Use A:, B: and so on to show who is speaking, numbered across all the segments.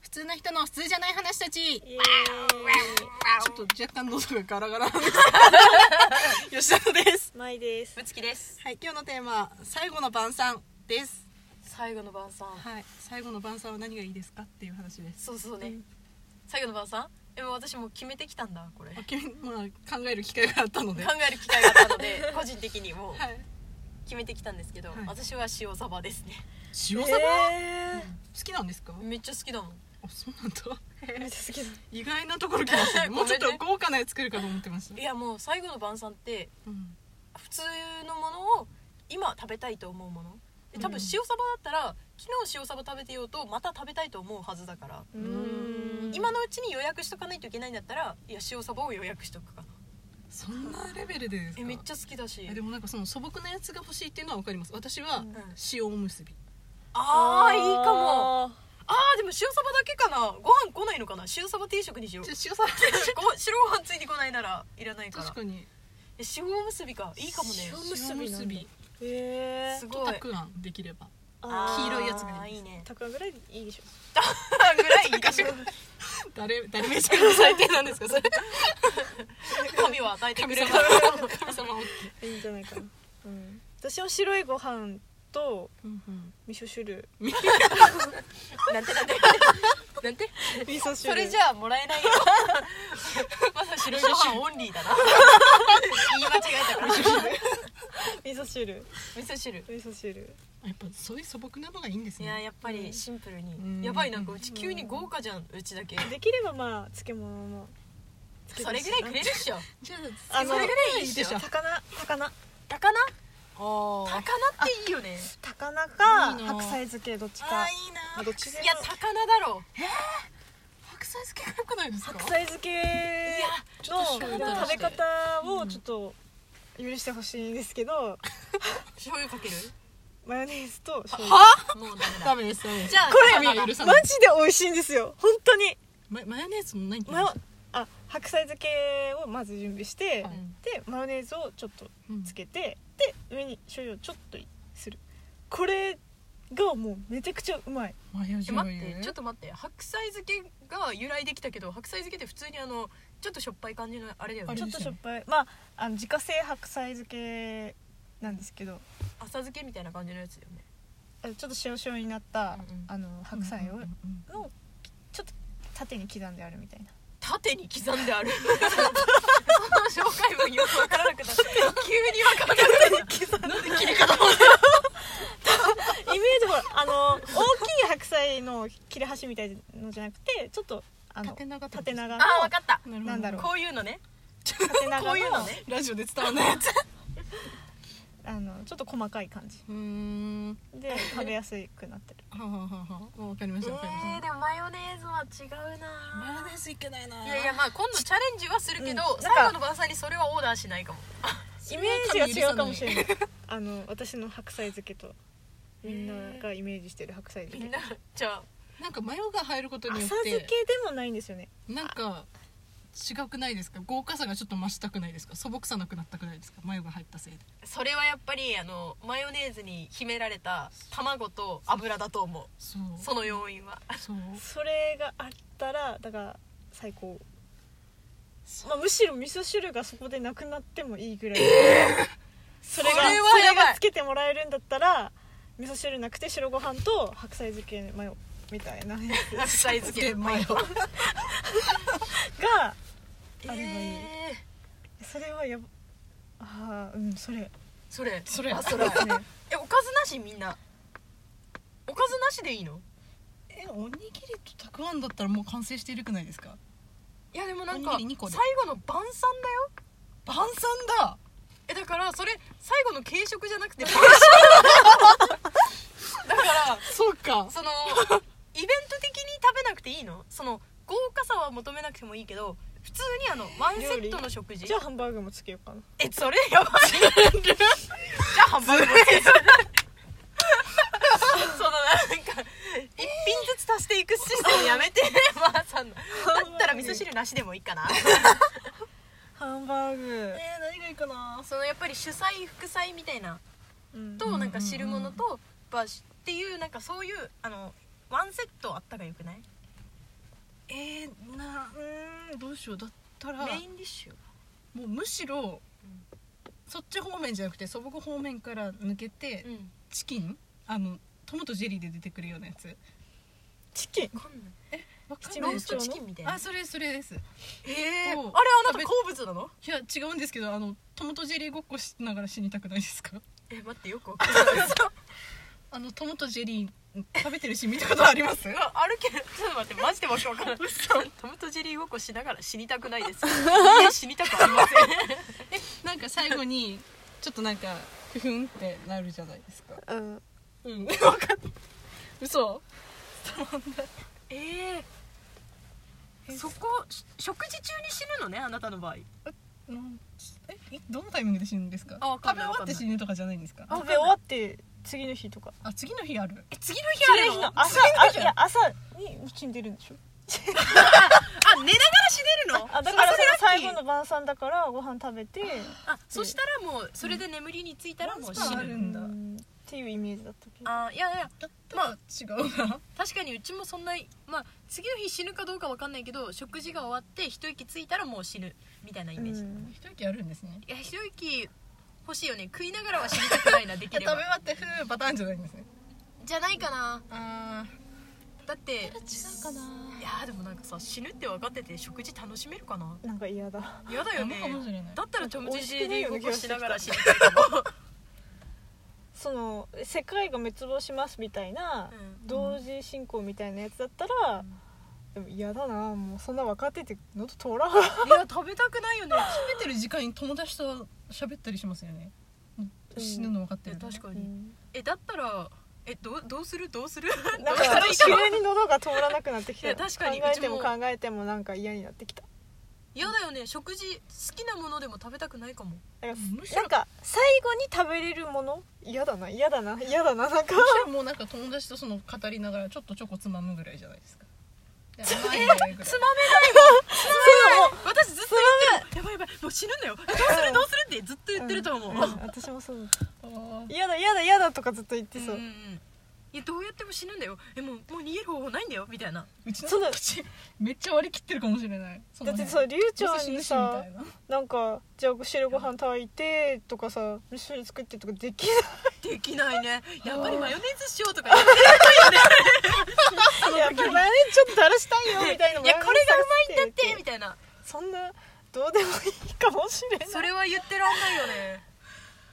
A: 普通の人の普通じゃない話たち
B: イエーイ
A: ちょっと若干喉がガラガラなんですけど吉田です
B: まいです
C: ぶつきです
A: はい今日のテーマ最後の晩餐です
C: 最後の晩餐
A: はい最後の晩餐は何がいいですかっていう話です
C: そうそうね、
A: うん
C: 最後の晩餐でも私もう決めてきたんだこれ
A: あ
C: 考
A: 君まあ考える機会があったのでは
C: える機会があったので 個人的にもう
A: い
C: 決めてきたんですけど、
A: はい
C: 私は塩サバですね
A: 塩サバ、
B: え
A: 好きなんですか
C: めっちゃ好きだもん
A: あそうなんだ
B: ー、めっちゃ好きだ
A: 意外なところ来ましたね
C: ご
A: も
C: め
A: うんちょ
C: ね
A: っと豪華なやつ来るかと思ってました
C: いやもう最後の晩餐って
A: うん
C: 普通のものを今食べたいと思うもので多分
A: うん
C: 塩サバだったら、昨日塩サバ食べてようとまた食べたいと思うはずだから、
A: う
B: う
A: ん
C: 今のうちに予約しとかないといけないんだったらいや塩サバを予約しとくかな
A: そんなレベルでですか
C: えめっちゃ好きだし
A: えでもなんかその素朴なやつが欲しいっていうのはわかります私は
B: うん
A: 塩おむすび
C: あーいいかもあーでも塩サバだけかなご飯来ないのかな塩サバ定食にし よう
A: じゃあ塩サバ
C: ご白ご飯ついてこないならいらないから
A: 確かに
C: え塩おむすびかいいかもね
B: 塩むすび
A: 塩む
B: なんだ
A: すび
B: え
C: す
B: ー、
A: と
C: ご
A: た
C: い
A: くあんできれば
B: あー
A: 黄色いやつが
C: あ
A: い
C: ー
A: いです
C: いいね
B: たくあんぐらいでいいでしょ
C: あぐらいいいかしら
A: 誰誰目線の最低なんですかそれ
C: 神は与えてく
A: 神
C: れる
A: 様
C: から
A: 神様 OK
B: いいんじゃないかな、うん、私は白いご飯と
A: うんうん
B: 味 噌汁
C: なんてなんてなんて
B: 味噌汁
C: それじゃあもらえ ないよまだ白いご飯オンリーだな言い間違えたから
B: 味噌汁
C: 味噌汁
B: 味噌汁
A: やっぱそういう素朴なのがいいんです
C: い
A: ね
C: ややっぱ
B: う
C: り
B: ん
C: シンプル
A: うん
C: にやばいなんかうち急に豪華じゃんうちだけ
B: できればまあ漬物もつけて
C: そ
B: ほ
C: れ
B: し
C: ぐらいくれるっしょ
A: じゃ
B: あ
A: あ
B: の
A: それぐらいいいでしょ
B: 高菜高菜
C: 高菜
A: あ
C: 高菜っていいよね
B: 高菜か
A: いいな
B: 白菜漬けどっち
A: あ
B: か
A: ーいいな
B: まあどっちでも
C: いや高菜だろ
A: 白菜漬けがよくないですか
B: 白菜漬け
A: ちょ
B: の
A: っと醤油
B: 食べ
A: 垂らして
B: 方をちょっと許してほしいんですけど、
C: 醤油かける
B: マヨネーズと醤油
A: は
C: もうダメだ
A: ダメですダメです
C: じゃあ
B: これ
C: 高菜だ
A: 許さな
B: マ
A: い
B: ジで美味しいんですよ本当に
A: ママヨネーズもないんだ
B: マヨあ白菜漬けをまず準備して、
A: はい
B: でマヨネーズをちょっと
A: うん
B: つけてで上に醤油をちょっとするこれがもうめちゃくちゃうまい
A: マヨ
C: え
A: 醤
C: 待
A: 油
C: ってちょっと待って白菜漬けが由来できたけど白菜漬けって普通にあのちょっとしょっぱい感じのあれだよ
A: あ
C: ね
A: れ
B: ち
A: で
B: ょっ
A: すよね
B: としょっぱいまああの自家製白菜漬けなんですけど
C: 浅漬けみたいな感じのやつだよね
B: あのちょっと塩塩になった、
C: うんうん
B: あの白菜を、
A: うんうんうん
B: のちょっと縦に刻んであるみ たいな
C: 縦に刻んで あるその紹介文よくわからなくなって急にわからなくなった
B: イメージほらあの大きい白菜の切れ端みたいのじゃなくてちょっとあの
A: 縦長ってこと
B: 縦長の
C: あわかった
A: なるほど
B: なんだろ
C: こういうのね
B: 縦長の
C: こういうのね
A: ラジオで伝わんないやつ
B: あのちょっと細かい感じ
A: うーん
B: で食べやすくなってる
A: はははははわかりま
C: え
A: したわかりました
C: ーでもマヨネーズは違うな
A: マヨネーズいけないない
C: やいやまあ今度チャレンジはするけど、
B: うんなんか
C: 最後の晩餐にそれはオーダーしないかも
B: イメージが違うかもしれないあの私の白菜漬けとみんながイメージしてる白菜
C: み
B: 漬
C: ん
B: け
C: なじゃあ
A: なんかマヨが入ることによっ
B: 浅
A: て
B: 漬けでもないんですよね
A: なんか違くないですか豪華さがちょっと増したくないですか素朴さなくなったくないですかマヨが入ったせいで
C: それはやっぱりあのマヨネーズに秘められた卵と油だと思う
A: そう
C: その要 因は
A: そう
B: それがあったらだから最高、まあ、むしろ味噌汁がそこでなくなってもいいぐらい、それが
C: そ
B: そ
C: れは
B: れ
C: やばい
B: がつけてもらえるんだったら味噌汁なくて白ご飯と白菜漬けマヨみたいなや
C: 白菜漬け
A: でマヨ
B: つが
C: あ
B: あ
C: れば
B: れば
C: いい
B: いい、それはやばあーうんそれ
C: それ
A: それ
C: あ
B: そ
C: そう
B: で
C: れ
B: すね
C: えおかずなしみんなおかずなしでいいの
A: えおにぎりとたくあんだったらもう完成しているくないですか
C: いやでもなん
A: お
C: か
A: にぎり二
C: 最
A: 個で
C: 後の晩餐だよ
A: 晩餐だ
C: えだからそれ最後の軽食じゃなくて晩餐 だから
A: そうか
C: そのイベント的に食べなくていいのその豪華さは求めなくてもいいけど普通にあのワンセットの食事
B: じゃあハンバーグもつけようかな
C: えそれやばいじゃあハンバーグもつけるそのなんか一品ずつ足していくシステムやめてばあさんのだったら味噌汁なしでもいいかな
B: ハンバーグ
C: え何がいいかなそのやっぱり主菜副菜みたいな
B: うん
C: となんか汁物とバシっていうなんかそういうあのワンセットあったらよくない
A: えー、なうーんどうしようだったら
C: メインディッシュ
A: もうむしろ、
C: うん
A: そっち方面じゃなくて素朴方面から抜けて、
C: うん
A: チキンあのトマトジェリーで出てくるようなやつ
B: チキン
C: わかんない
A: わかん
B: 七
A: ないで
C: ロー
B: 面
A: す
C: ストチキンみたいな
A: あそれそれです
C: えーあれあ
A: おう
C: なた好物なの
A: いや違うんですけどあのトマトジェリーごっこしながら死にたくないですか
C: え待ってよくわかんない
A: あのトマトジェリー食べてるシーン見たことあります
C: あ歩けるちょっと待ってマジでわけわからないトムとジェリーごっこしながら死にたくないですいや死にたくありませ ん
A: なんか最後にちょっとなんかふふんってなるじゃないですか
B: うん
A: うん分かった嘘
C: えー、そこし食事中に死ぬのねあなたの場合
A: うんえいどのタイミングで死ぬんですか
C: あわか
A: 食
C: ん
A: べ
C: ない
A: 終わって死ぬとかじゃないんですか
B: 食べ終わって次の日とか
A: あ次の日ある
C: え次の日あ
B: 次の日の
C: るのあ
B: 朝あいや朝に死んでるんでしょ
C: 寝ながら死ねるの
B: あだからその
C: それラッ
B: 最
C: キー
B: 後の晩餐だからご飯食べて
C: あそしたらもうそれで眠りについたらもう死
A: マジかあ
C: ぬ
A: るんだ
B: うんっていうイメージだったけど
C: あいやいや
A: だったら違うな
C: 確かにうちもそんなまあ次の日死ぬかどうかわかんないけど食事が終わって一息ついたらもう死ぬみたいなイメージ、
B: う
C: い
B: ん
A: 一息あるんですね
C: や一息欲しいよね食いながらは死にたくないなでき
A: 食べ
C: れ
A: 終
C: ば
A: わってふーパターンじゃないんですね
C: じゃないかな
A: あ
C: だって
A: 違うかない
C: やーでもなんかさ死ぬって分かってて食事楽しめるかな
B: なんか嫌だ
C: 嫌だよね
A: なのかもしれない
C: だったらちょむち
B: 美味
C: じ
B: しくねえ
C: に
B: よう
C: ご
B: な
C: っ
B: 気
C: こ
B: が
C: し
B: してきた
C: ながら死にたいかも
B: その世界が滅亡しますみたいな
C: うん
B: 同時進行みたいなやつだったら
C: ん
B: でも嫌だなもうそんな分かってて喉通らんう
C: いや食べたくないよね
A: 食べてる時間に友達と喋ったりしますよね
B: うん
A: 死ぬの分かってる、
C: 確かに
B: ん
C: えだったらえどうどうするどう する
B: な
C: ど
B: んか
C: うしたらいいか
B: 急
C: な
B: に喉が通らなくなってき
C: い
B: た
C: や確かに
B: 考えても
C: う
B: 考
C: ちも
B: えてもなんか嫌になってきた
C: 嫌だよね食事好きなものでも食べたくないかも
B: なんか
A: むしろ
B: なんか最後に食べれるもの嫌だな嫌だな嫌だななんか
A: むしろもうなんか友達とその語りながらちょっとチョコつまむぐらいじゃないですかで甘いねぐらい
C: つまめないもんつまめない私ずっと言ってるやばいやばいもう死ぬんだよどうするどうするってずっと言ってると思う、
B: んん私もそうだ
A: あー
B: 嫌だ嫌だ嫌だとかずっと言ってそう、
C: うんうんうんいやどうやっても死ぬんだよえもうもう逃げる方法ないんだよみたいな
A: うちの
B: そうだ
A: 口めっちゃ割り切ってるかもしれないそ
B: だ
A: の
B: って
A: ね
B: さ流
A: 味噌
B: 暢
A: 汁み
B: に
A: たい
B: さ
A: な
B: なんかじゃあ白ご飯炊いてとかさ味噌汁作ってとかできない
C: できないねやっぱりマヨネーズしようとか言って
B: いやっぱりマヨネーズちょっと垂らしたい よみたい
C: 「
B: な
C: いやこれがうまいんだ って」みた
B: たい
C: いな
B: なそんなどうでもいいかもしれない
C: それは言ってらんないよね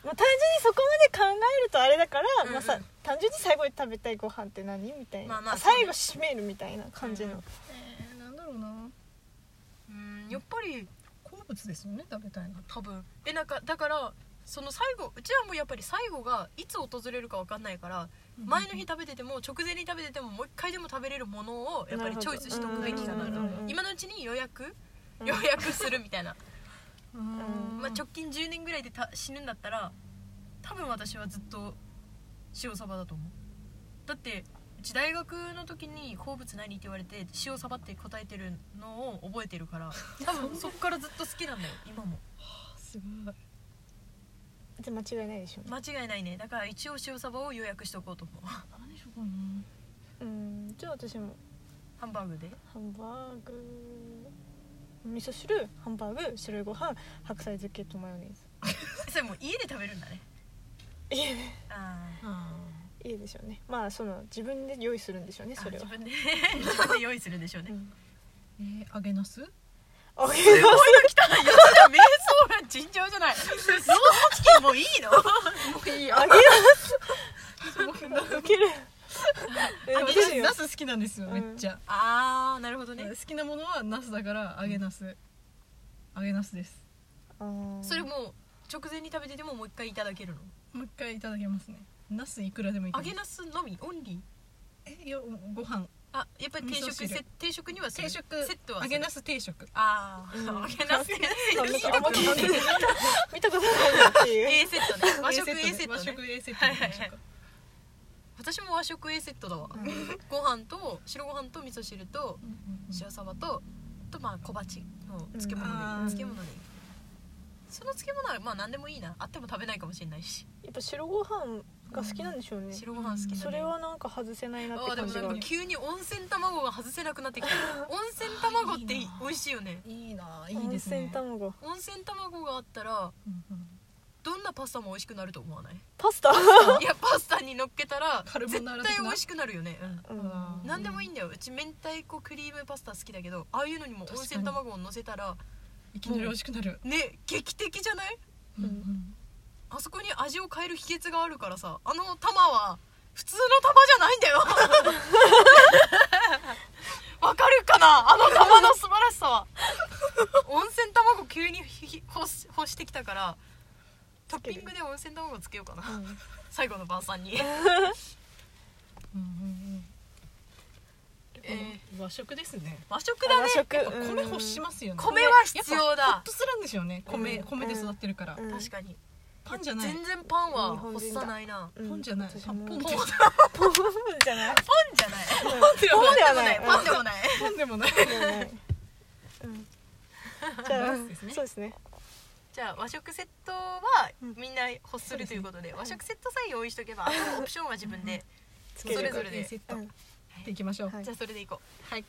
B: まあ、単純にそこまで考えるとあれだから、
C: うんうん
B: まあ、さ単純に最後に食べたいご飯って何みたいな、
C: まあまあ
B: あ最後締めるみたいな感じの、
C: うん
A: えー、なんだろうな
C: うんやっぱり
A: 好物ですよね食べたいな
C: 多分えなんかだからその最後うちはもうやっぱり最後がいつ訪れるか分かんないから前の日食べてても直前に食べててももう一回でも食べれるものをやっぱりチョイスしとくべきかな
A: うん
C: と
A: うんうん
C: 今のうちに予約
B: うん
C: 予約するみたいな、
A: うーん
C: まあ、直近10年ぐらいでた死ぬんだったら多分私はずっと塩サバだと思うだってうち大学の時に好物何って言われて塩サバって答えてるのを覚えてる から多分そっからずっと好きなんだよ今も
A: すごい
B: で間違いないでしょうね、
C: 間違いないねだから一応塩サバを予約しておこうと思う
A: 何しようかな
B: うんじゃあ私も
C: ハンバーグで
B: ハンバーグ味噌汁ハンバーグ白いご飯白菜漬けとマヨネーズ
C: それもう家で食べるんだね
B: 家で
C: ああ
B: 家でしょうねまあその自分で用意するんでしょうねそれ
C: 自
B: は
C: 分で 自分で用意するんでしょうね
B: うん
A: えー、揚げなす
B: あい
C: すごいの来たやだ瞑想欄尋常じ ゃないローストチキンもういいの
A: いい
B: や揚げなすウケる
A: 揚
B: ウ
A: げ
B: ケるよ
A: ナス好きなんですよ、
B: うん
A: めっちゃ、
C: ああなるほどね
A: 好きなものはナスだから揚げナス、揚げナスです
B: あー
C: それもう直前に食べててももう一回いただけるの
A: もう一回いただけますねナスいくらでもいけ
C: 揚
A: ます
C: げなすのみオンリー
A: えいやご飯
C: あやっぱり定食
A: 味噌汁
C: セ定食にはする
A: 定食
C: セットは
A: 揚げナ
C: する
A: ス定食
C: ああ、
B: うん
C: 揚げなす
B: あ 見たことない
C: A
B: 見たことないなっていう
C: セットね和食 A セットね
A: 和食 A セットにしましょうか
C: 私も和食 A セットだわ、
B: うん
C: ご飯と白ご飯と味噌汁と
A: うんうん
C: 塩サバととまあ小鉢の漬
B: うん
C: 物でいい、
A: あー
C: 漬物でいいその漬物はまあ何でもいいなあっても食べないかもしれないし
B: やっぱ白ご飯が好きなんでしょうね
C: 白ご飯好きなんだよ
B: それはなんか外せないなっ
C: あで
B: て感
C: もな
B: じ
C: ん
B: があ
C: か
B: る
C: 急に温泉卵が外せなくなってきた温泉卵ってい
A: いいな
C: 美味しいよね
A: いいなあいい
B: 温
A: ですね
B: 泉卵
C: 温泉卵があったら
A: うんうん
C: どんなパスタも美味しくなると思わない
B: パスタ
C: いやパスタに乗っけたら
A: カルボ
C: 絶
A: ナー
C: 対
A: ラ的な
C: 美味しくなるよね、うん
B: うん
A: あー
C: 何でもいいんだようち明太子クリームパスタ好きだけどああいうのにも温泉卵を乗せたら
A: いきなり美味しくなる
C: ね劇的じゃない
A: うんうん
C: あそこに味を変える秘訣があるからさあの玉は普通の玉じゃないんだよ わかるかなあの玉の素晴らしさは温泉卵急にひひ干し干してきたからトッピングで温泉卵つけようかな
B: うん
C: 最後の晩餐に
A: うんうん
C: え
A: うん和食ですね
C: 和食だね
B: 和食
A: 米欲しますよね
C: 米は必要だ
A: やっぱホッとするんでしょうね米
C: うん
A: 米で育ってるから
B: うん
C: 確かに
A: パンじゃない
C: 全然パンは
B: 日本
C: 干
B: 人だ
C: さないな
B: うん
A: ポンじゃない
B: 私
A: パン
B: も
A: ポン
B: ポン
A: でも
B: じゃない
C: パンじゃない
B: ポンで
C: パ
B: は
C: ンでも
B: な
C: ないい パンでもない
A: パンでもない
B: うんではないうんじゃあ
A: バランスですね
B: そうですね
C: じゃあ和食セットは
B: うん
C: みんな欲するということで、和食セットさえ用意しとけば、あとオプションは自分で、
B: つ
A: そ
B: け
C: れ
B: る
C: ぞれで
A: セット
B: う
A: や
B: ん
A: っていきましょう
B: はい
C: じゃあそれでいこう。
A: はい